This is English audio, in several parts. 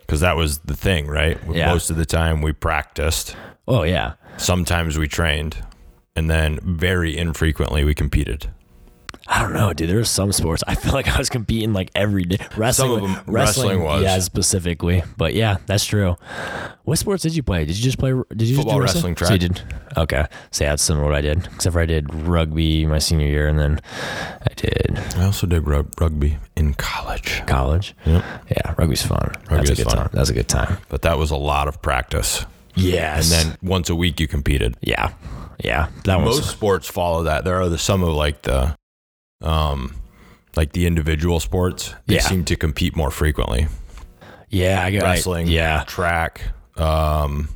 because that was the thing, right? Yeah. Most of the time we practiced, Oh yeah. sometimes we trained, and then very infrequently we competed. I don't know, dude. There were some sports I feel like I was competing like every day. Wrestling, Some of them- wrestling was. yeah, specifically. But yeah, that's true. What sports did you play? Did you just play? Did you Football, just do wrestling, track. So you did. Okay, so yeah, that's similar to what I did. Except for I did rugby my senior year, and then I did I also did rug- rugby in college, college. Yep. Yeah, rugby's fun. that's a Rugby's good fun. time. That's a good time. but that was a lot of practice. Yes. And then once a week you competed. yeah, yeah, that was Most sports follow that. There are the, some of like the, um, like the individual sports. They Yeah. seem to compete more frequently. yeah. I got Wrestling, Yeah, track, um,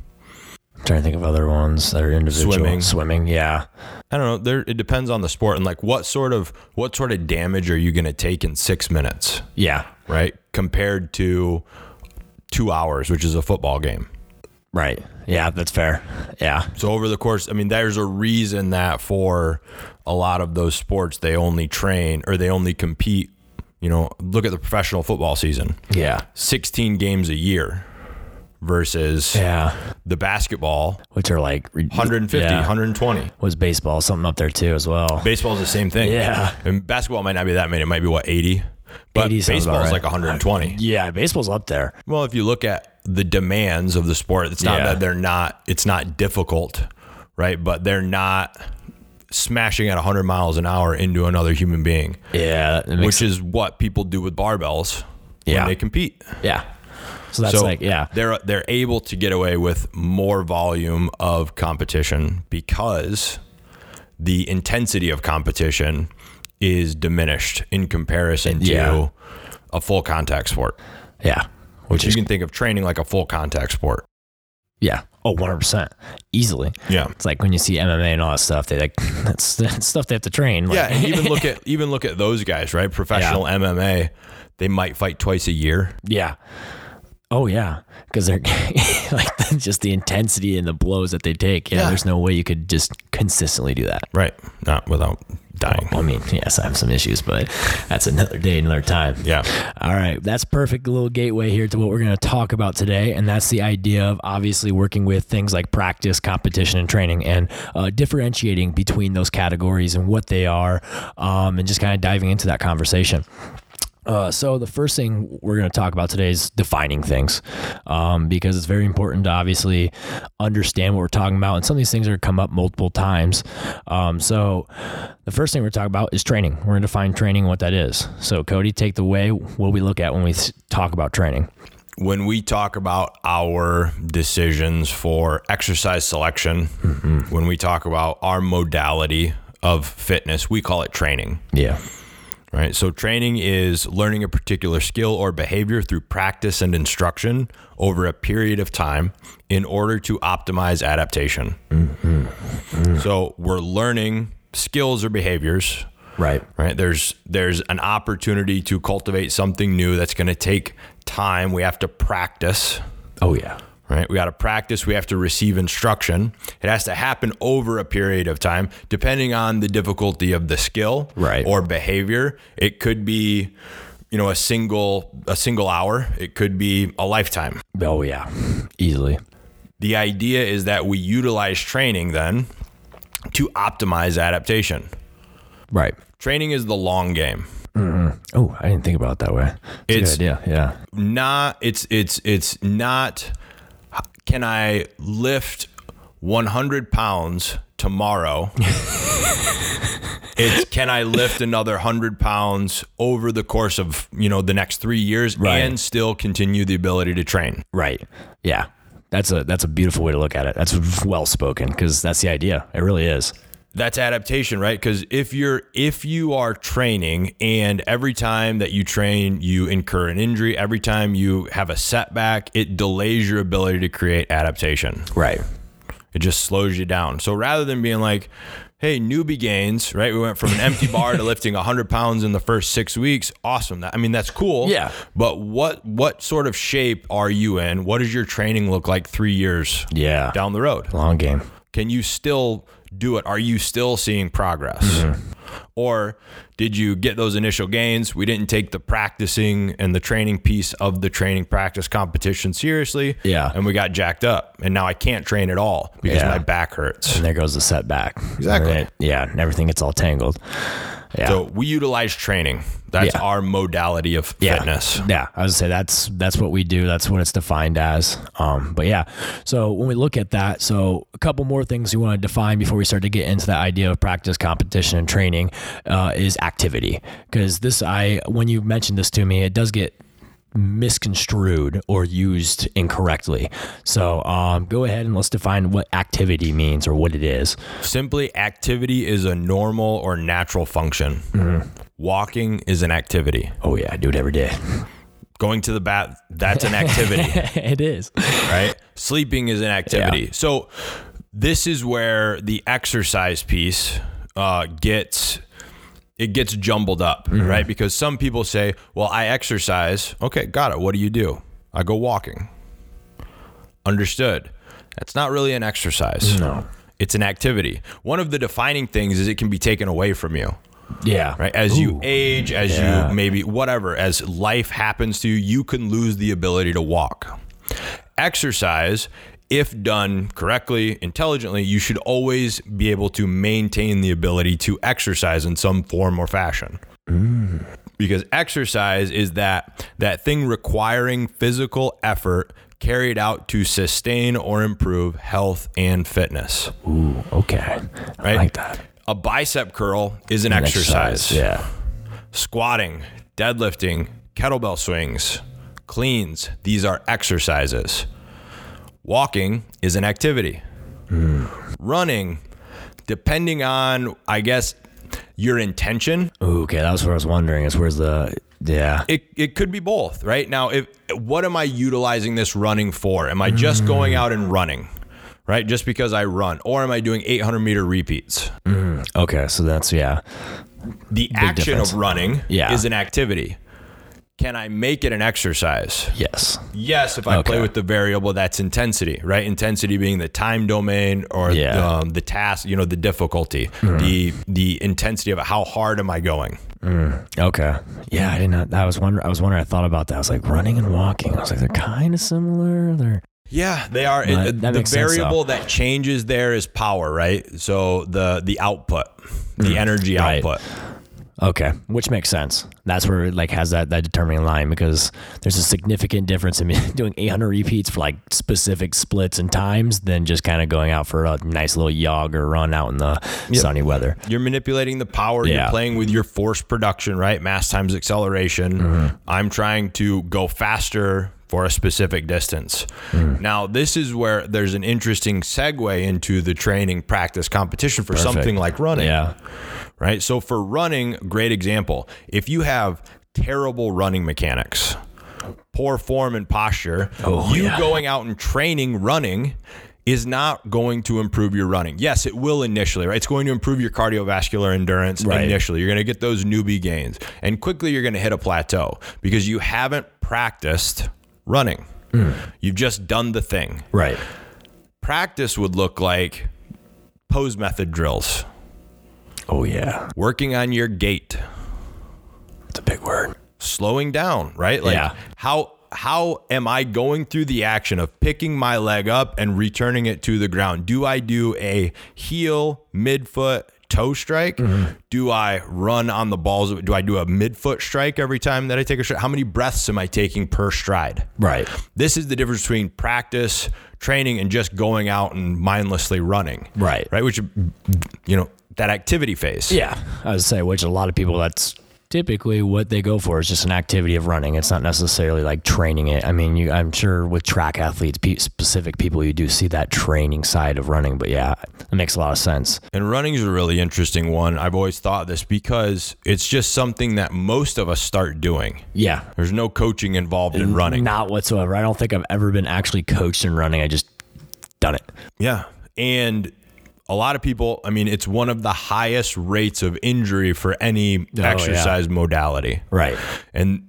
I'm trying to think of other ones that are individual. Swimming. swimming. Yeah, I don't know. There, it depends on the sport and like what sort of what sort of damage are you going to take in six minutes, yeah. right? Compared to two hours, which is a football game. Right. Yeah, that's fair. Yeah. So over the course, I mean, there's a reason that for a lot of those sports, they only train or they only compete. You know, look at the professional football season, Yeah. 16 games a year versus Yeah. the basketball, Which are like re- 150, yeah. 120. Was baseball something up there too as well? Baseball's the same thing. Yeah. And basketball might not be that many. It might be what, 80? But 80 sounds baseball's about right. like 120. yeah, baseball's up there. Well, if you look at the demands of the sport, it's not Yeah. that they're not, it's not difficult, right? But they're not smashing at 100 miles an hour into another human being, Yeah. That makes, which is what people do with barbells Yeah. when they compete. yeah. So that's like yeah. They're they're able to get away with more volume of competition because the intensity of competition is diminished in comparison to Yeah. a full contact sport. Yeah. Which You is can think of training like a full contact sport. yeah. Oh, 100%. Easily. Yeah. It's like when you see MMA and all that stuff, they like that's, that's stuff they have to train. Like, Yeah, and even look at even look at those guys, right? Professional MMA, they might fight twice a year. Yeah. Oh yeah, because they're like just the intensity and the blows that they take. Yeah, Yeah. there's no way you could just consistently do that. Right. Not without dying. I mean, yes, I have some issues, but that's another day, another time. Yeah. All right, that's perfect little gateway here to what we're going to talk about today, and that's the idea of obviously working with things like practice, competition, and training, and uh, differentiating between those categories and what they are, um, and just kind of diving into that conversation. Uh, so the first thing we're going to talk about today is defining things, um, because it's very important to obviously understand what we're talking about, and some of these things are going to come up multiple times. Um, so the first thing we're talking about is training. We're going to define training, and what that is. So Cody, take the way what we look at when we s- talk about training. when we talk about our decisions for exercise selection, when we talk about our modality of fitness, we call it training, Yeah, right? So, training is learning a particular skill or behavior through practice and instruction over a period of time in order to optimize adaptation. So, we're learning skills or behaviors right. right there's there's an opportunity to cultivate something new that's going to take time we have to practice Oh yeah, right? We got to practice, we have to receive instruction. It has to happen over a period of time, depending on the difficulty of the skill Right. or behavior. It could be you know a single a single hour, it could be a lifetime. oh yeah, easily. The idea is that we utilize training then to optimize adaptation. Right. Training is the long game. Oh, I didn't think about it that way. It's, It's- a good idea. Yeah. not it's it's it's not can i lift 100 pounds tomorrow it's can i lift another 100 pounds over the course of you know the next three years Right. and still continue the ability to train Right. Yeah. That's a that's a beautiful way to look at it. That's well spoken because that's the idea. It really is. that's adaptation right because if you're if you are training and every time that you train you incur an injury every time you have a setback it delays your ability to create adaptation Right. It just slows you down. So rather than being like, hey, newbie gains, right? We went from an empty bar to lifting 100 pounds in the first six weeks. Awesome. That, I mean, that's cool. Yeah. But what what sort of shape are you in? What does your training look like three years Yeah. down the road? Long game. Mm-hmm. Can you still do it? Are you still seeing progress? Or did you get those initial gains? We didn't take the practicing and the training piece of the training practice competition seriously. Yeah. And we got jacked up. And now I can't train at all because Yeah. my back hurts. And there goes the setback. Exactly. And it- yeah, and everything gets all tangled. Yeah. So we utilize training. That's Yeah. our modality of fitness. Yeah, I would say that's that's what we do. That's what it's defined as. Um, but yeah, so when we look at that, so a couple more things we want to define before we start to get into the idea of practice, competition, and training uh, is activity. Because this, I when you mentioned this to me, it does get misconstrued or used incorrectly. So um, go ahead and let's define what activity means or what it is. Simply, activity is a normal or natural function. Mm-hmm. Walking is an activity. Oh yeah, I do it every day. Going to the bath, that's an activity. it is. right? Sleeping is an activity. So this is where the exercise piece uh, gets it gets jumbled up, right? Because some people say, "Well, I exercise." Okay, got it. What do you do? I go walking. Understood. That's not really an exercise. No. It's an activity. One of the defining things is it can be taken away from you Yeah. right? As you age, as Yeah. you maybe whatever, as life happens to you, you can lose the ability to walk. Exercise, if done correctly, intelligently, you should always be able to maintain the ability to exercise in some form or fashion. Mm. Because exercise is that that thing requiring physical effort carried out to sustain or improve health and fitness. Ooh, okay. I Right? like that. A bicep curl is an, exercise Yeah. squatting, deadlifting, kettlebell swings, cleans, these are exercises. Walking is an activity. Running, depending on, I guess, your intention, Ooh, okay, that was what I was wondering. Is where's the yeah? it, it could be both, right? Now, if what am I utilizing this running for? Am I just Mm. going out and running, right? Just because I run, or am I doing 800 meter repeats? Okay, so that's yeah, The action difference. of running Yeah. is an activity. Can I make it an exercise? yes, Yes, if I Okay. play with the variable, that's intensity, right? Intensity being the time domain or Yeah. Mm-hmm. um, the task, you know, the difficulty, the the intensity of it. How hard am I going? okay, yeah. I did not. I was wondering. I was wondering. I thought about that. I was like running and walking. I was like they're kind of similar. They're Yeah, they are. Right, it- that the makes sense, variable that changes there is power, right? So the the output, the energy Mm. Right. output. okay, which makes sense. That's where it like has that that determining line because there's a significant difference in me doing 800 repeats for like specific splits and times than just kind of going out for a nice little jog or run out in the sunny weather. You're manipulating the power. Yeah. You're playing with your force production, right? Mass times acceleration. Mm-hmm. I'm trying to go faster for a specific distance. Mm. Now, this is where there's an interesting segue into the training practice competition for something like running, Yeah, right? So, for running, great example. If you have terrible running mechanics, poor form and posture, you Oh, yeah. going out and training running is not going to improve your running. Yes, it will initially, right? It's going to improve your cardiovascular endurance Right. initially. You're going to get those newbie gains. And quickly you're going to hit a plateau because you haven't practiced running. Hmm. You've just done the thing. right. Practice would look like pose method drills, Oh yeah, working on your gait, it's a big word. slowing down, right? Like Yeah. how how am I going through the action of picking my leg up and returning it to the ground? Do I do a heel, midfoot, toe strike? Mm-hmm. Do I run on the balls? Do I do a midfoot strike every time that I take a shot? How many breaths am I taking per stride? Right. This is the difference between practice, training, and just going out and mindlessly running. Right. Right. Which, you know, that activity phase. Yeah, I would say, which a lot of people that's typically what they go for is just an activity of running. It's not necessarily like training it. I mean, you, I'm sure with track athletes, pe- specific people, you do see that training side of running. But yeah, it makes a lot of sense. And running is a really interesting one. I've always thought this because it's just something that most of us start doing. Yeah, There's no coaching involved in running. not whatsoever. I don't think I've ever been actually coached in running. I just done it. Yeah. And a lot of people, I mean, it's one of the highest rates of injury for any exercise modality. Oh, Right. And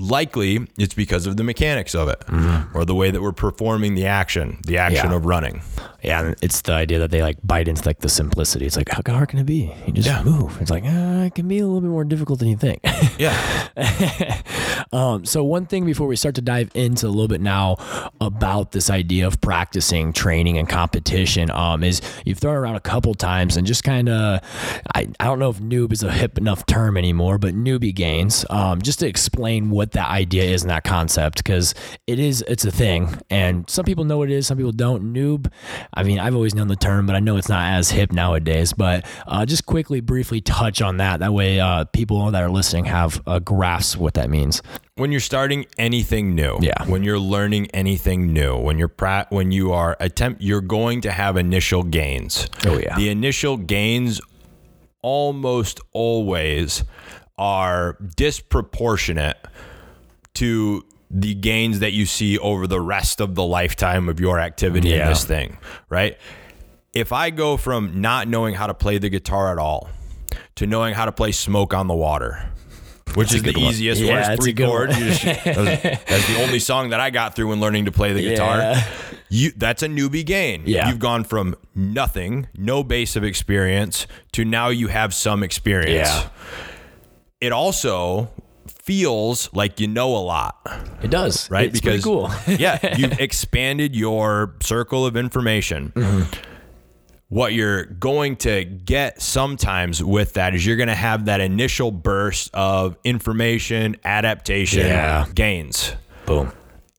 likely it's because of the mechanics of it or the way that we're performing the action, the action Mm-hmm. Yeah. of running. Yeah, and it's the idea that they like bite into like the simplicity. It's like how hard can it be? You just move. It's like uh, it can be a little bit more difficult than you think. Yeah. um, so one thing before we start to dive into a little bit now about this idea of practicing, training, and competition um, is you've thrown around a couple times and just kind of I, I don't know if noob is a hip enough term anymore, but newbie gains. Um, just to explain what that idea is and that concept because it is it's a thing and some people know what it is, some people don't. Noob, I mean I've always known the term, but I know it's not as hip nowadays. But uh, just quickly, briefly touch on that. That way, uh, people that are listening have a grasp what that means. When you're starting anything new, Yeah. when you're learning anything new, when you're pra- when you are attempt you're going to have initial gains. Oh, yeah. The initial gains almost always are disproportionate to the gains that you see over the rest of the lifetime of your activity in Yeah. this thing, right? If I go from not knowing how to play the guitar at all to knowing how to play Smoke on the Water, which is the one. easiest Yeah, one, it's that's a three good one. chords. You just- that was- that's the only song that I got through when learning to play the guitar. Yeah. You, that's a newbie gain. Yeah. You've gone from nothing, no base of experience, to now you have some experience. Yeah. It also feels like you know a lot It does, right? It's pretty cool. yeah, you've expanded your circle of information. Mm-hmm. What you're going to get sometimes with that is you're going to have that initial burst of information, adaptation, Yeah. gains. Boom.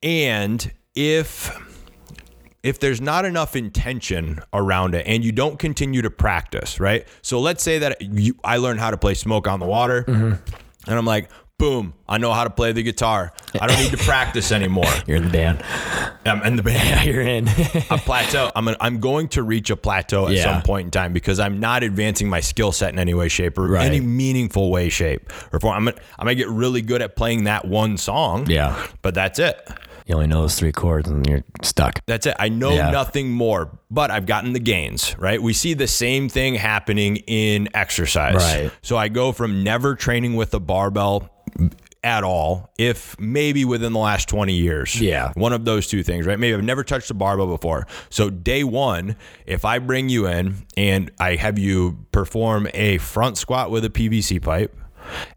And if if there's not enough intention around it and you don't continue to practice, right? So let's say that you, I learned how to play smoke on the water Mm-hmm. and I'm like, boom, I know how to play the guitar. I don't need to practice anymore. You're in the band. Um, I'm in the band. You're in. A plateau. I'm, an, I'm going to reach a plateau at Yeah. some point in time because I'm not advancing my skill set in any way, shape, or Right. any meaningful way, shape, or form. I'm gonna, I'm gonna get really good at playing that one song. yeah. But that's it. You only know those three chords and you're stuck. That's it. I know Yeah. nothing more, but I've gotten the gains, right? We see the same thing happening in exercise. Right. So I go from never training with a barbell at all, if maybe within the last 20 years. Yeah. One of those two things, right? Maybe I've never touched a barbell before. So day one, if I bring you in and I have you perform a front squat with a PVC pipe,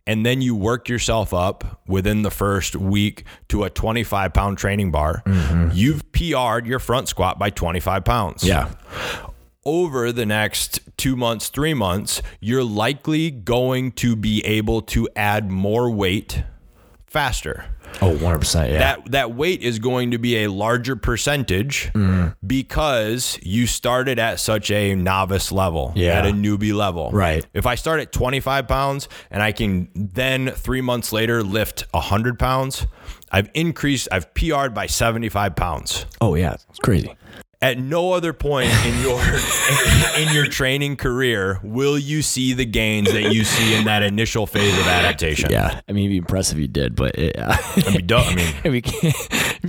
and then you work yourself up within the first week to a 25 pound training bar, you've PR'd your front squat by 25 pounds. Yeah. Over the next two months, three months, you're likely going to be able to add more weight faster Oh, 100%. Yeah. that that weight is going to be a larger percentage Mm. because you started at such a novice level, Yeah. at a newbie level. Right. If I start at 25 pounds and I can then three months later lift 100 pounds, I've increased, I've PR'd by 75 pounds. oh, yeah. It's crazy. At no other point in your in your training career will you see the gains that you see in that initial phase of adaptation. Yeah. I mean, it'd be impressive if you did, but it, yeah. I mean, don't- I mean, It'd be,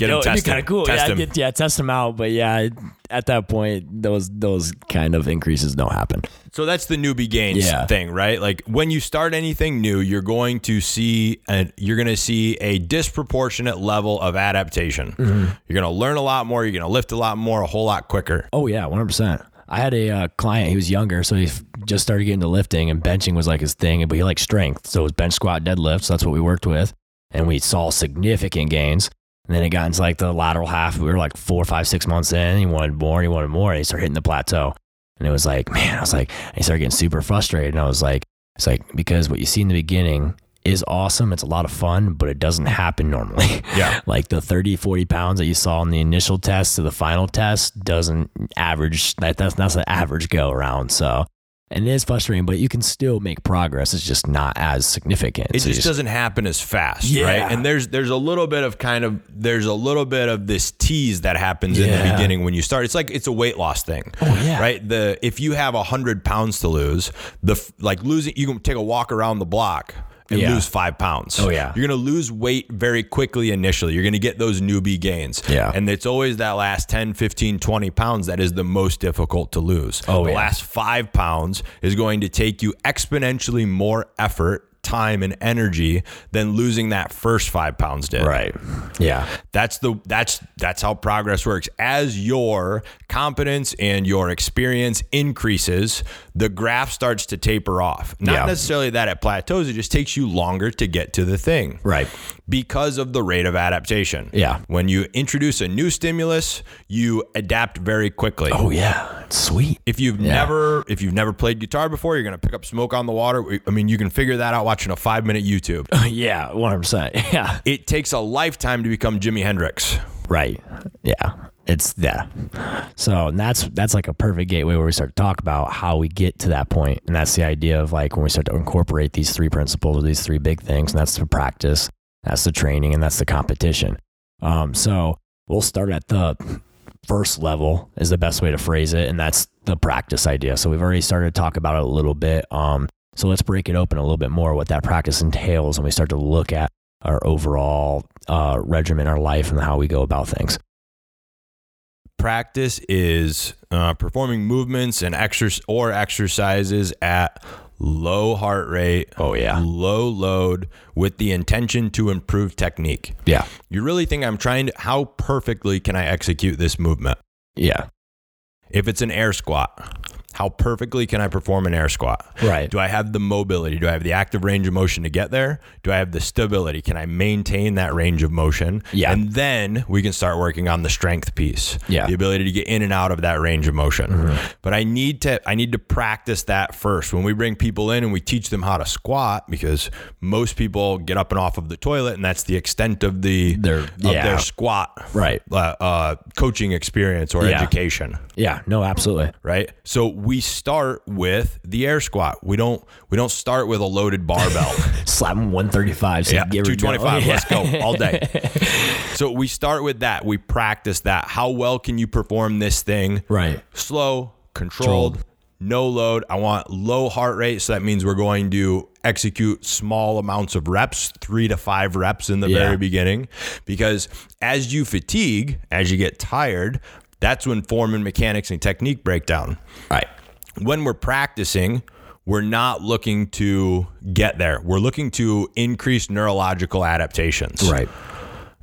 him, test him, kind of cool. test yeah, him. Get, yeah, test them out. But yeah, at that point, those those kind of increases don't happen. So that's the newbie gains Yeah. thing, right? Like when you start anything new, you're going to see and you're going to see a disproportionate level of adaptation. You're going to learn a lot more, you're going to lift a lot more, a whole lot quicker. Oh yeah, one hundred percent. I had a uh, client. He was younger, so he f- just started getting to lifting, and benching was like his thing. But he liked strength, so it was bench, squat, deadlift. So that's what we worked with, and we saw significant gains. And then it got into like the lateral half. We were like four, five, six months in. and He wanted more. And he wanted more. And he started hitting the plateau. And it was like, man, I was like, and he started getting super frustrated. And I was like, it's like because what you see in the beginning is awesome. It's a lot of fun, but it doesn't happen normally. Yeah. like the 30 40 pounds that you saw in the initial test to the final test doesn't average that that's that's an average go around so and it is frustrating but you can still make progress it's just not as significant It So you just doesn't happen as fast, Yeah. right? And there's there's a little bit of kind of there's a little bit of this tease that happens in the Yeah. beginning when you start. It's like it's a weight loss thing, Oh, yeah. right? The if you have hundred pounds to lose, the f- like losing you can take a walk around the block. and Yeah. lose five pounds. Oh, yeah. You're going to lose weight very quickly initially. You're going to get those newbie gains. Yeah. And it's always that last 10, 15, 20 pounds that is the most difficult to lose. Oh, the yeah. last five pounds is going to take you exponentially more effort, time, and energy than losing that first five pounds did. Right. Yeah. That's the that's that's how progress works. As your competence and your experience increases, the graph starts to taper off. Not Yeah. necessarily that it plateaus, it just takes you longer to get to the thing. Right. Because of the rate of adaptation. Yeah. When you introduce a new stimulus, you adapt very quickly. Oh yeah. It's sweet. If you've never if you've never played guitar before, you're gonna pick up smoke on the water. I mean, you can figure that out watching a five minute YouTube. yeah. One hundred percent. Yeah. It takes a lifetime to become Jimi Hendrix. Right. Yeah. It's yeah. So and that's that's like a perfect gateway where we start to talk about how we get to that point. And that's the idea of like when we start to incorporate these three principles or these three big things, and that's the practice, that's the training, and that's the competition. Um, so we'll start at the first level is the best way to phrase it, and that's the practice idea. So we've already started to talk about it a little bit. Um, so let's break it open a little bit more what that practice entails, and we start to look at our overall uh, regimen, our life, and how we go about things. practice is uh, performing movements and exercise or exercises at low heart rate, Oh yeah, low load, with the intention to improve technique. yeah, You really think I'm trying to? How perfectly can I execute this movement? yeah. If it's an air squat, how perfectly can I perform an air squat? Right. Do I have the mobility? Do I have the active range of motion to get there? Do I have the stability? Can I maintain that range of motion? Yeah. And then we can start working on the strength piece. Yeah. Mm-hmm. The ability to get in and out of that range of motion. But I need to I need to practice that first. When we bring people in and we teach them how to squat, because most people get up and off of the toilet and that's the extent of the Their- of yeah. their squat Right. uh, uh, coaching experience or Yeah. education Yeah. No, absolutely. right? So we start with the air squat. We don't we don't start with a loaded barbell. Slap him one thirty five. So yeah, give her- 225, Yeah. let's go all day. so we start with that. We practice that. How well can you perform this thing? Right. Slow, controlled, no load. I want low heart rate, so that means we're going to execute small amounts of reps, 3 to 5 reps in the Yeah. very beginning because as you fatigue, as you get tired, that's when form and mechanics and technique break down Right. when we're practicing, we're not looking to get there. We're looking to increase neurological adaptations. Right.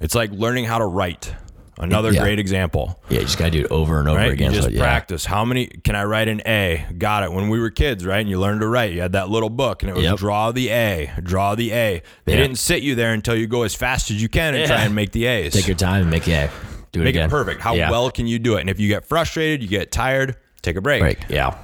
It's like learning how to write. Another Yeah. great example. Yeah. You just gotta do it over and over Right? again. you just so, yeah. practice. How many can I write an A? Got it. When we were kids, right? And you learned to write. You had that little book and it was Yep. draw the A, draw the A. They Yeah. didn't sit you there until you go as fast as you can and try Yeah. and make the A's. Take your time and make yeah. Do it make again. it perfect. How Yeah. well can you do it? And if you get frustrated, you get tired, take a break. Break. Yeah.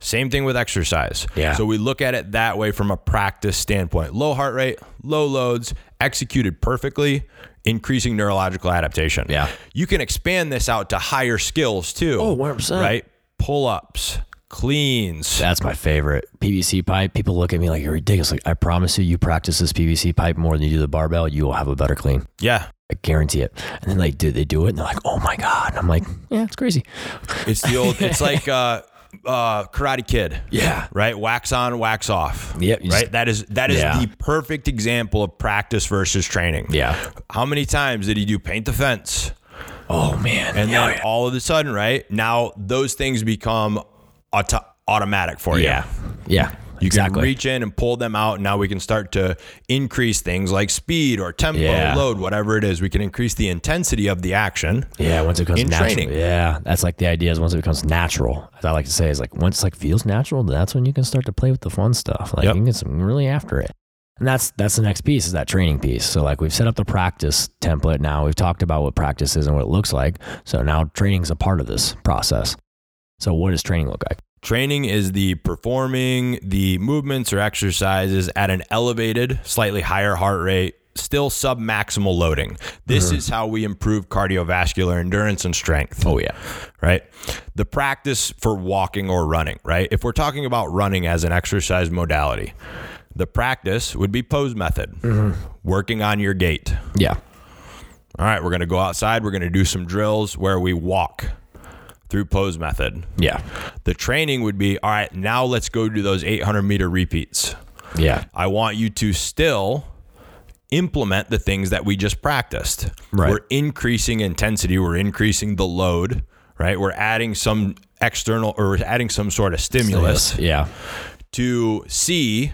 Same thing with exercise. Yeah. So we look at it that way from a practice standpoint. Low heart rate, low loads, executed perfectly, increasing neurological adaptation. Yeah. You can expand this out to higher skills too. Oh, 100%. Right? Pull ups, cleans. That's my favorite PVC pipe. People look at me like you're ridiculous. Like I promise you, you practice this PVC pipe more than you do the barbell, you will have a better clean. yeah. I guarantee it. And then like, do they do it? And they're like, oh my god. And I'm like, yeah, it's crazy. It's the old, it's like uh, uh, Karate Kid. Yeah. Right? Wax on, wax off. Yep, you Right? just- That is that is Yeah. the perfect example of practice versus training. Yeah. How many times did he do paint the fence? Oh man. And Yeah, then all of a sudden, right now, those things become auto- automatic for you. yeah. Yeah. You exactly. can reach in and pull them out. And now we can start to increase things like speed or tempo, Yeah. load, whatever it is. We can increase the intensity of the action. yeah, once it becomes in natural. training. Yeah, that's like the idea is once it becomes natural. As I like to say, is like once like feels natural, that's when you can start to play with the fun stuff. Like Yep. you can get some really after it. And that's that's the next piece is that training piece. So like we've set up the practice template now. We've talked about what practice is and what it looks like. So now training's a part of this process. So what does training look like? Training is the performing the movements or exercises at an elevated, slightly higher heart rate, still sub maximal loading. This Mm-hmm. is how we improve cardiovascular endurance and strength. Oh yeah. right? The practice for walking or running, right? If we're talking about running as an exercise modality, the practice would be pose method, Mm-hmm. working on your gait. Yeah. All right, we're going to go outside, we're going to do some drills where we walk through pose method. Yeah. The training would be all right, now let's go do those 800 meter repeats. Yeah. I want you to still implement the things that we just practiced. Right. We're increasing intensity, we're increasing the load, right? We're adding some external or we're adding some sort of stimulus Yeah. to see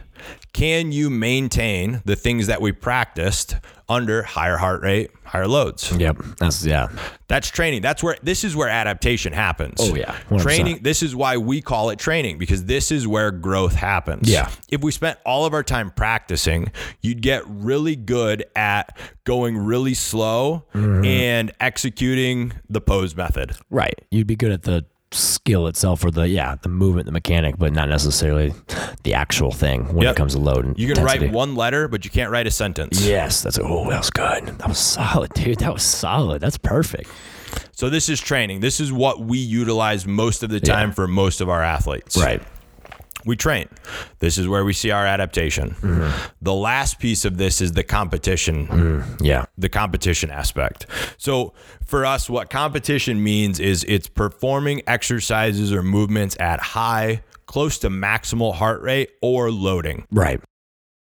can you maintain the things that we practiced under higher heart rate, higher loads. Yep. That's yeah. That's training. That's where this is where adaptation happens. Oh, yeah. 100%. Training, this is why we call it training because this is where growth happens. Yeah. If we spent all of our time practicing, you'd get really good at going really slow Mm-hmm. and executing the pose method. Right. You'd be good at the skill itself or the yeah, the movement, the mechanic, but not necessarily the actual thing when Yep. it comes to load and You can write intensity. one letter, but you can't write a sentence. Yes, that's oh that was good. That was solid, dude. That was solid. That's perfect. So this is training. This is what we utilize most of the time for most of our athletes. We train. This is where we see our adaptation. Mm-hmm. The last piece of this is the competition Mm, Yeah. the competition aspect. So for us, what competition means is it's performing exercises or movements at high, close to maximal heart rate or loading. Right.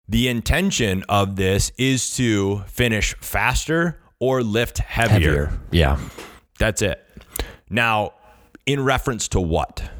The intention of this is to finish faster or lift heavier. Heavier. Yeah. That's it. Now, in reference to what?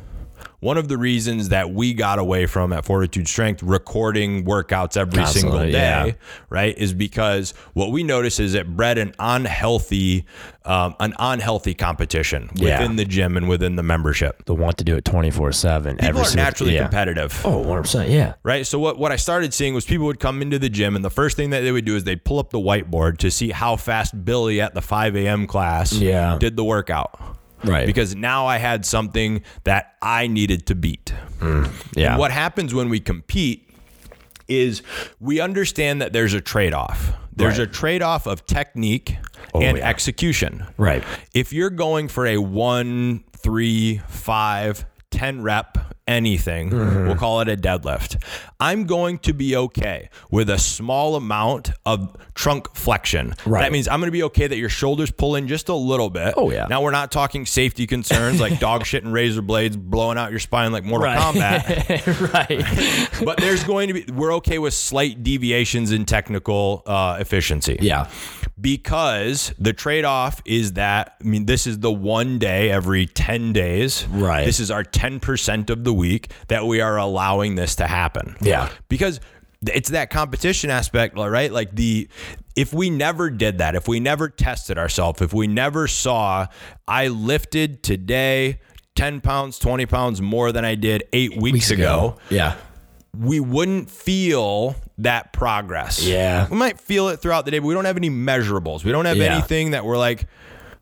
One of the reasons that we got away from at Fortitude Strength recording workouts every Constantly, single day, yeah. right, is because what we notice is it bred an unhealthy, um, an unhealthy competition Yeah. within the gym and within the membership. The want to do it twenty four seven. People every are single- naturally yeah. competitive Oh, 100 percent. Yeah. right? So what what I started seeing was people would come into the gym, and the first thing that they would do is they'd pull up the whiteboard to see how fast Billy at the 5 a.m. class Yeah. did the workout. Right. Because now I had something that I needed to beat. Mm, Yeah. And what happens when we compete is we understand that there's a trade-off. There's Right. Oh, a trade-off of technique and yeah. execution. Right. If you're going for a one, three, five, 10 rep anything, Mm-hmm. we'll call it a deadlift. I'm going to be okay with a small amount of trunk flexion. Right. That means I'm going to be okay that your shoulders pull in just a little bit. Oh, yeah. Now we're not talking safety concerns like dog shit and razor blades blowing out your spine like Mortal Right. Kombat. right. But there's going to be, we're okay with slight deviations in technical uh, efficiency yeah. because the trade-off is that I mean this is the one day every 10 days. Right. This is our 10% of the week that we are allowing this to happen. Yeah. Because it's that competition aspect, right? Like the if we never did that, if we never tested ourselves, if we never saw I lifted today 10 pounds, 20 pounds more than I did 8 weeks, ago Yeah. we wouldn't feel that progress. Yeah. We might feel it throughout the day, but we don't have any measurables. We don't have Yeah. anything that we're like,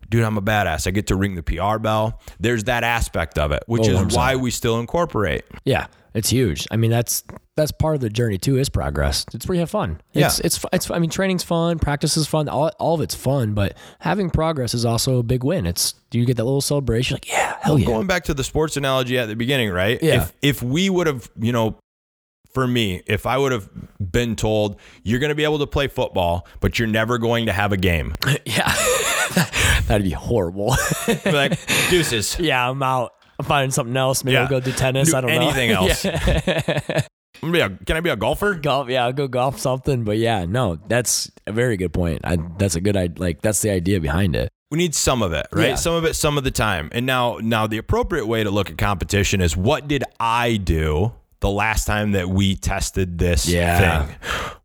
dude, I'm a badass. I get to ring the PR bell. There's that aspect of it, which Oh, I'm is why we still incorporate. Yeah, it's huge. I mean, that's that's part of the journey too. Is progress. It's where you have fun. It's, it's fu- it's. I mean, training's fun. Practice is fun. All, all of it's fun. But having progress is also a big win. It's you get that little celebration. Like yeah, hell yeah. Going back to the sports analogy at the beginning, right? Yeah. If if we would have, you know, for me, if I would have been told you're going to be able to play football, but you're never going to have a game, Yeah, that'd be horrible. I'd be like deuces. yeah, I'm out. I'm finding something else. Maybe Yeah. I'll go do tennis. Do I don't anything know else. Yeah. I'm gonna be a- can I be a golfer? golf. Yeah, I'll go golf something. But yeah, no, that's a very good point. I, that's a good. I like that's the idea behind it. we need some of it right Yeah. some of it some of the time and now now the appropriate way to look at competition is what did i do the last time that we tested this Yeah. thing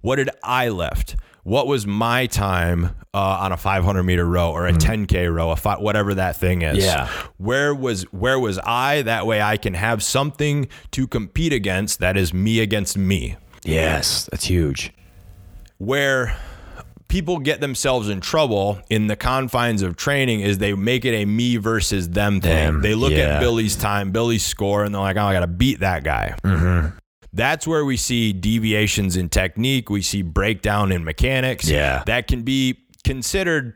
what did i lift what was my time uh, on a 500 meter row or a 10k row a fi- whatever that thing is Mm-hmm. Yeah. where was where was i that way i can have something to compete against that is me against me Yes, that's huge. where people get themselves in trouble in the confines of training is they make it a me versus them thing. Them, they look yeah. at Billy's time, Billy's score, and they're like, oh, I got to beat that guy. Mm-hmm. That's where we see deviations in technique. We see breakdown in mechanics. Yeah. That can be considered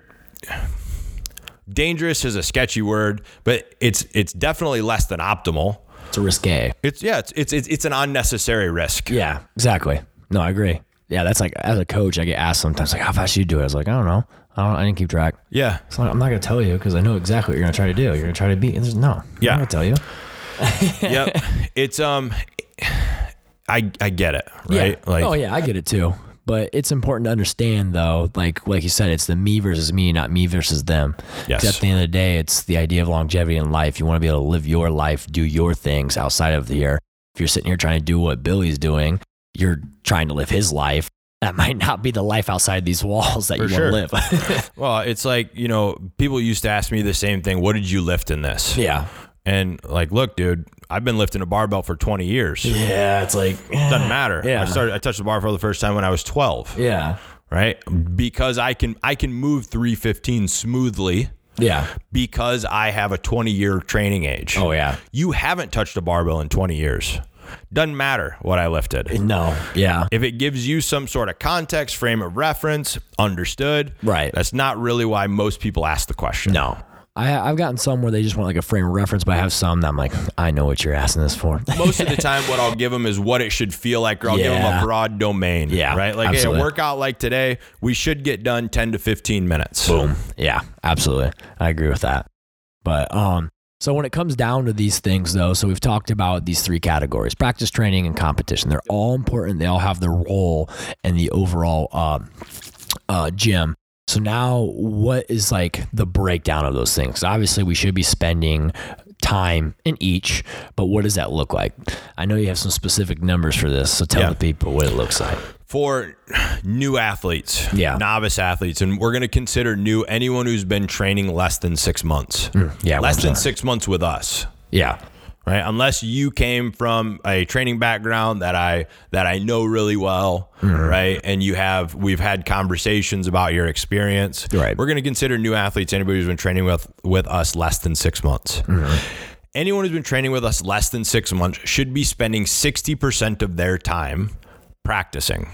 dangerous is a sketchy word, but it's it's definitely less than optimal. It's risque. It's yeah, it's it's it's, it's an unnecessary risk. Yeah, exactly. No, I agree. Yeah, that's like as a coach, I get asked sometimes like, "How fast you do it?" I was like, "I don't know. I don't. I didn't keep track. Yeah. It's like, I'm not gonna tell you because I know exactly what you're gonna try to do. You're gonna try to beat. And there's no. Yeah. I'm not gonna tell you. yep. It's um I I get it, right? Yeah. Like oh yeah, I get it too. But it's important to understand though, like like you said, it's the me versus me, not me versus them. 'Cause Yes. At the end of the day, it's the idea of longevity in life. You want to be able to live your life, do your things outside of here. If you're sitting here trying to do what Billy's doing, you're trying to live his life. That might not be the life outside these walls that For you sure. want to live. well, it's like, you know, people used to ask me the same thing, what did you lift in this? yeah. And like, look, dude, I've been lifting a barbell for 20 years. Yeah. It's like Doesn't matter. Yeah. I started I touched the barbell the first time when I was 12, Yeah. right? Because I can I can move 315 smoothly Yeah. because I have a 20 year training age. Oh yeah. You haven't touched a barbell in 20 years. Doesn't matter what I lifted. No. Yeah. If it gives you some sort of context, frame of reference, understood. Right. That's not really why most people ask the question. No. I, I've gotten some where they just want like a frame of reference, but I have some that I'm like, I know what you're asking this for. Most of the time, what I'll give them is what it should feel like, or I'll give them Yeah. a broad domain. Yeah, Right? Like, hey, a absolutely. workout like today, we should get done 10 to 15 minutes. Boom. Yeah, absolutely. I agree with that. But um, so when it comes down to these things, though, so we've talked about these three categories: practice, training, and competition. They're all important. They all have their role in the overall um, uh, gym. So now, what is like the breakdown of those things? Obviously, we should be spending time in each, but what does that look like? I know you have some specific numbers for this, so tell Yeah. the people what it looks like. For new athletes, Yeah. novice athletes, and we're going to consider new anyone who's been training less than six months. Mm, yeah, less we're than sorry. six months with us. Yeah, right unless you came from a training background that i that i know really well right and you have we've had conversations about your experience Right. we're going to consider new athletes anybody who's been training with with us less than six months anyone who's been training with us less than six months should be spending 60% of their time practicing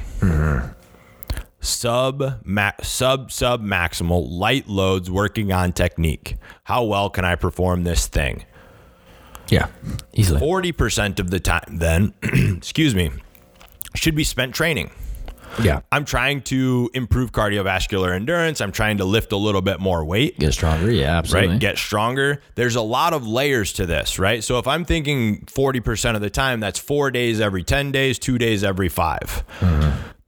sub ma- sub sub maximal light loads working on technique how well can i perform this thing yeah, easily. forty percent of the time, then, excuse me, should be spent training. Yeah, I'm trying to improve cardiovascular endurance. I'm trying to lift a little bit more weight, get stronger. Yeah, absolutely. right? Get stronger. There's a lot of layers to this, right? So if I'm thinking 40% of the time, that's four days every 10 days, two days every 5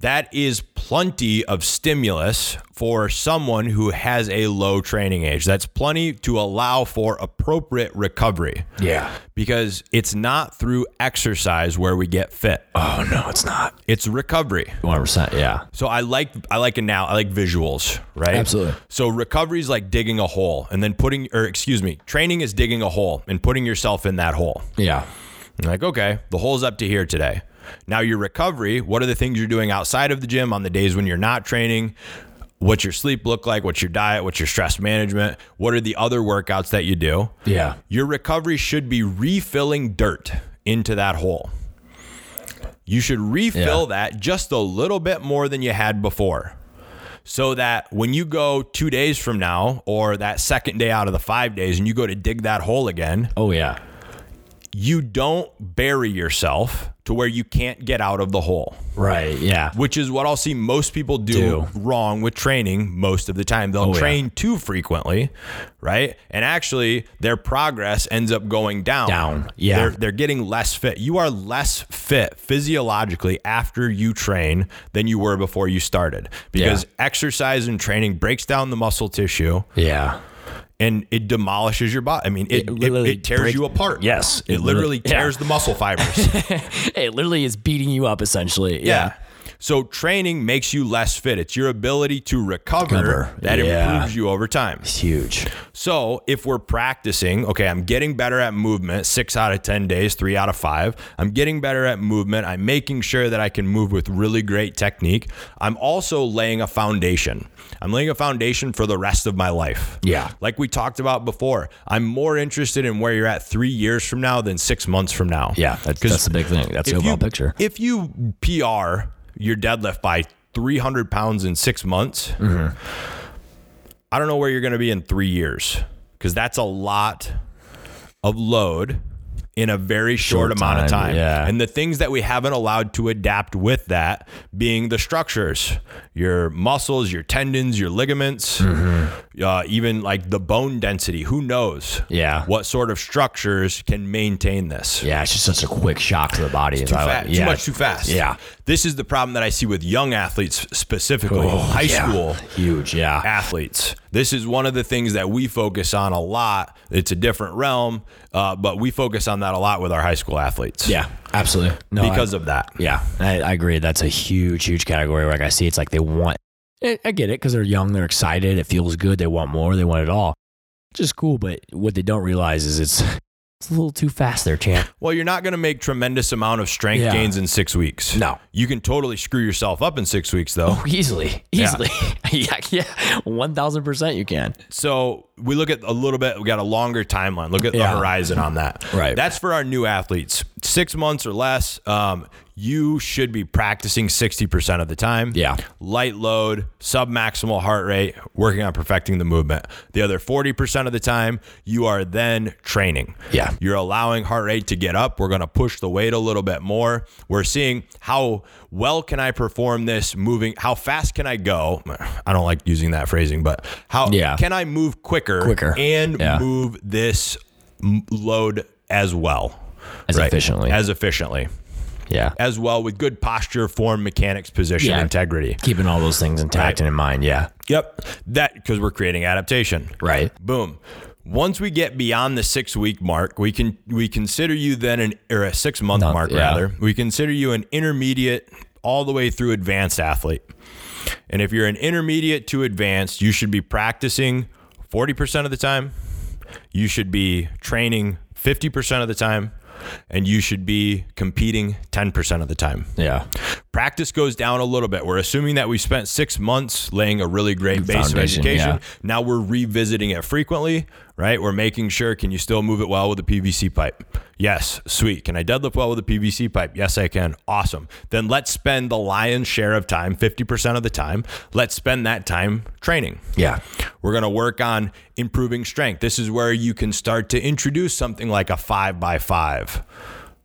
That is plenty of stimulus for someone who has a low training age. That's plenty to allow for appropriate recovery Yeah. because it's not through exercise where we get fit. Oh no, it's not. It's recovery. One hundred percent. Yeah. So I like I like it now. I like visuals, right? Absolutely. So recovery is like digging a hole and then putting or excuse me, training is digging a hole and putting yourself in that hole. Yeah. And like, okay, the hole's up to here today. Now your recovery, what are the things you're doing outside of the gym on the days when you're not training? What's your sleep look like? What's your diet? What's your stress management? What are the other workouts that you do? Yeah. Your recovery should be refilling dirt into that hole. You should refill that just a little bit more than you had before. So that when you go two days from now, or that second day out of the five days, and you go to dig that hole again, Oh yeah. you don't bury yourself to where you can't get out of the hole, Right. Yeah. which is what I'll see most people do, Do. Oh, wrong with training most of the time. They'll yeah. train too frequently, right? And actually, their progress ends up going down. Down, yeah. They're, they're getting less fit. You are less fit physiologically after you train than you were before you started because exercise and training breaks down the muscle tissue Yeah. and it demolishes your body. I mean, it, It it, literally it tears breaks- you apart. Yes. It, It literally, literally- tears the muscle fibers. yeah. It literally is beating you up essentially. So training makes you less fit. It's your ability to recover, Recover. that Yeah. improves you over time. It's huge. So if we're practicing, okay, I'm getting better at movement six out of 10 days, three out of five. I'm getting better at movement. I'm making sure that I can move with really great technique. I'm also laying a foundation. I'm laying a foundation for the rest of my life. Yeah. Like we talked about before, I'm more interested in where you're at three years from now than six months from now. Yeah. That's, 'Cause that's the big thing. That's the if overall you- picture. If you PR your deadlift by 300 pounds in six months, I don't know where you're going to be in three years because that's a lot of load in a very short, Short amount of time, time. yeah. And the things that we haven't allowed to adapt with that being the structures, your muscles, your tendons, your ligaments, Mm-hmm. uh, even like the bone density. Who knows? Yeah. What sort of structures can maintain this? Yeah, it's just such a quick shock to the body. It's Too, fa- too much too fast. Yeah. This is the problem that I see with young athletes specifically, Oh, high school Huge, yeah. athletes. This is one of the things that we focus on a lot. It's a different realm, uh, but we focus on that a lot with our high school athletes. Yeah, absolutely. No, I- Because of that. yeah, I, I agree. That's a huge, huge category. Like I see, it's like they want. I I get it because they're young, they're excited, it feels good, they want more, they want it all, which is cool. But what they don't realize is it's it's a little too fast there, champ. Well, you're not going to make tremendous amount of strength Yeah. gains in six weeks. No. You can totally screw yourself up in six weeks, though. Oh, Easily, easily, yeah, yeah, one thousand percent, you can. So we look at a little bit, we got a longer timeline. Look at Yeah. the horizon on that. Right. That's for our new athletes. Six months or less, um, you should be practicing 60% of the time. Yeah. Light load, submaximal heart rate, working on perfecting the movement. The other 40% of the time, you are then training. Yeah. You're allowing heart rate to get up. We're going to push the weight a little bit more. We're seeing how well can I perform this moving? How fast can I go? I don't like using that phrasing, but how Yeah. can I move quicker, Quicker. and Yeah. move this m- load as well, As efficiently. as efficiently, Yeah, as well with good posture, form, mechanics, position, Yeah. integrity. keeping all those things intact and in mind. Yeah, Yep, that because we're creating adaptation. right. Boom. Once we get beyond the six week mark, we can we consider you then an or a six month Month, mark yeah. rather. We consider you an intermediate all the way through advanced athlete. And if you're an intermediate to advanced, you should be practicing 40% of the time. You should be training 50% of the time and you should be competing 10% of the time Yeah, practice goes down a little bit. We're assuming that we spent six months laying a really great base of foundation, education. yeah. Now we're revisiting it frequently, right? We're making sure can you still move it well with a PVC pipe? Yes, sweet. Can I deadlift well with a PVC pipe? Yes, I can. Awesome. Then let's spend the lion's share of time, 50% of the time, let's spend that time training. yeah, We're going to work on improving strength. This is where you can start to introduce something like a five by five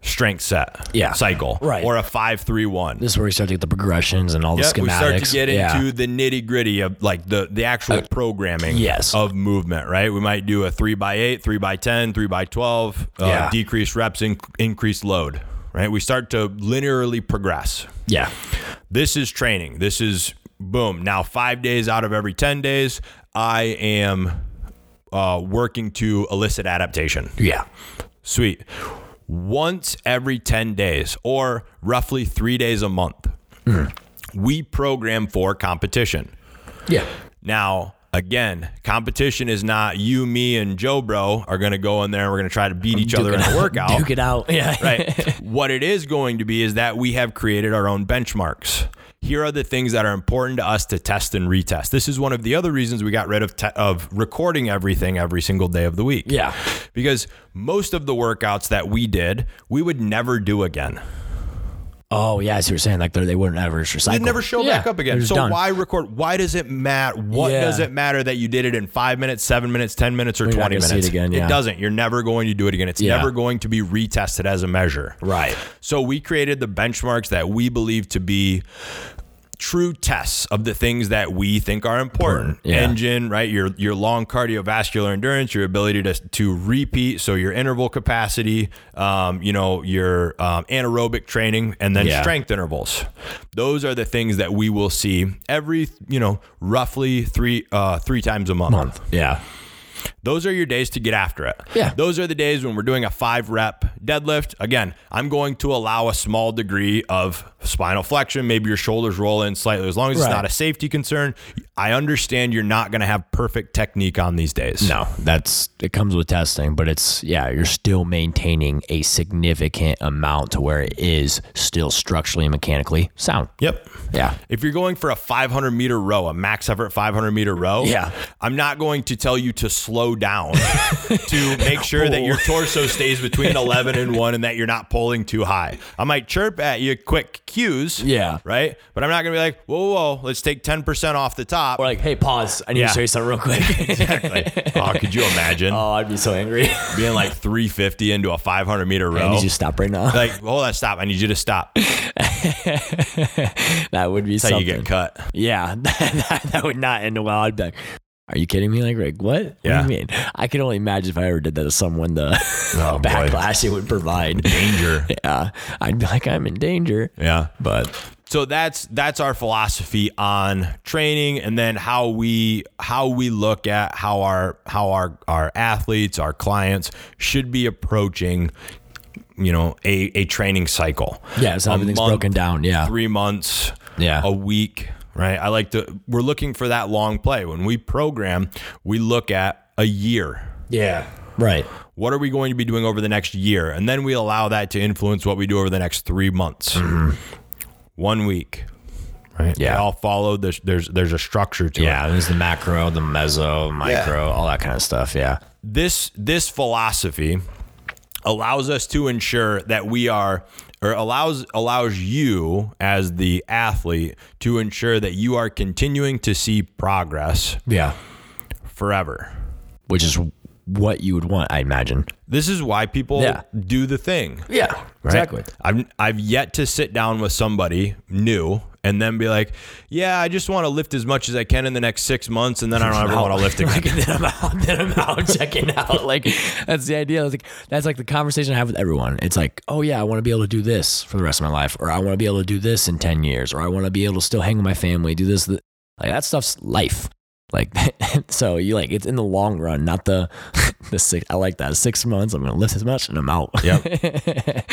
strength set Yeah. cycle Right. or a five three one this is where we start to get the progressions and all the Yep, schematics. we start to get Yeah. Uh, into the nitty gritty of like the the actual programming yes. of movement, right? We might do a three by eight, three by ten, three by twelve, uh, Yeah. decrease reps, inc- increase load, right? We start to linearly progress. yeah, This is training. This is boom. Now five days out of every ten days, I am uh, working to elicit adaptation. yeah, Sweet. Once every 10 days, or roughly three days a month, we program for competition. yeah, Now, again, competition is not you, me, and Joe Bro are going to go in there and we're going to try to beat each other in a workout. Duke it out. Yeah, right. What it is going to be is that we have created our own benchmarks. Here are the things that are important to us to test and retest. This is one of the other reasons we got rid of te- of recording everything every single day of the week. Yeah. Because most of the workouts that we did, we would never do again. Oh yeah, I see what you're saying. Like they're- they wouldn't ever recycle. They'd never show Yeah, back up they're again. just So done. why record? Why does it matter? What Yeah. does it matter that you did it in five minutes, seven minutes, ten minutes, or not twenty gonna minutes? see it again, yeah. doesn't. You're never going to do it again. It's Yeah. never going to be retested as a measure. Right. So we created the benchmarks that we believe to be true tests of the things that we think are important. Important, yeah. Engine, right? Your your long cardiovascular endurance, your ability to to repeat, so your interval capacity, um, you know, your um, anaerobic training, and then Yeah. strength intervals. Those are the things that we will see every, you know, roughly three uh, three times a month. Month. Yeah. Those are your days to get after it. Yeah. Those are the days when we're doing a five rep deadlift. Again, I'm going to allow a small degree of spinal flexion. Maybe your shoulders roll in slightly. As long as Right. it's not a safety concern, I understand you're not going to have perfect technique on these days. No, that's it comes with testing, but it's yeah, you're still maintaining a significant amount to where it is still structurally and mechanically sound. Yep. Yeah. If you're going for a 500 meter row, a max effort 500 meter row, Yeah. I'm not going to tell you to slow down to make sure that your torso stays between 11 put in one and that you're not pulling too high. I might chirp at you quick cues. Yeah. Right. But I'm not going to be like, whoa, whoa, whoa, let's take 10% off the top. Or like, hey, pause. I need Yeah. to show you something real quick. Like, oh, could you imagine oh, I'd be so angry. Oh. being like 350 into a 500 meter row? I need you to stop right now. like, hold on, stop. I need you to stop. That's that would be how something. you get cut. Yeah, that, that, that would not end well. I'd be like, are you kidding me? Like, Rick, what? What Yeah. do you mean? I can only imagine if I ever did that to someone, the Oh, boy. backlash it would provide. Danger. Yeah, I'd be like, I'm in danger. Yeah. But so that's that's our philosophy on training and then how we how we look at how our how our our athletes our clients should be approaching you know a, a training cycle yeah, so A everything's month, broken down. Yeah. three months Yeah. a week right i like to we're looking for that long play when we program we look at a year Yeah. Right. what are we going to be doing over the next year? And then we allow that to influence what we do over the next three months, one week, right? Mm-hmm. Yeah. They all follow. There's there's there's a structure to it. Yeah, there's the macro, the meso, micro, all that kind of stuff. Yeah. This this philosophy allows us to ensure that we are or allows allows you as the athlete to ensure that you are continuing to see progress Yeah. forever. Which is what you would want, I imagine. This is why people Yeah. do the thing. Yeah. right? I've I've yet to sit down with somebody new and then be like, yeah, I just want to lift as much as I can in the next six months, and then I don't ever want to lift again. like, then I'm out. Then I'm out checking out. Like that's the idea. It's like that's like the conversation I have with everyone. It's like, oh yeah, I want to be able to do this for the rest of my life, or I want to be able to do this in ten years, or I want to be able to still hang with my family, do this. th- Like that stuff's life. Like so, you like it's in the long run, not the the six. I like that six months. I'm gonna lift as much, and I'm out. Yep.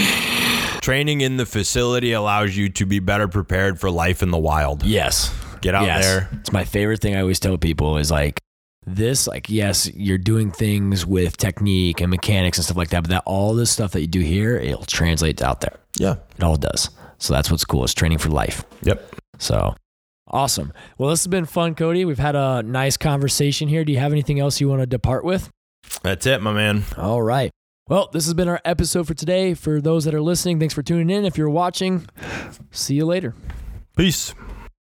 Training in the facility allows you to be better prepared for life in the wild. yes. Get out Yes. there. It's my favorite thing I always tell people is like this, like, yes, you're doing things with technique and mechanics and stuff like that, but that all this stuff that you do here, it'll translate to out there. Yeah. It all does. So that's what's cool. It's training for life. Yep. So awesome. Well, this has been fun, Cody. We've had a nice conversation here. Do you have anything else you want to depart with? That's it, my man. All right. Well, this has been our episode for today. For those that are listening, thanks for tuning in. If you're watching, see you later. Peace.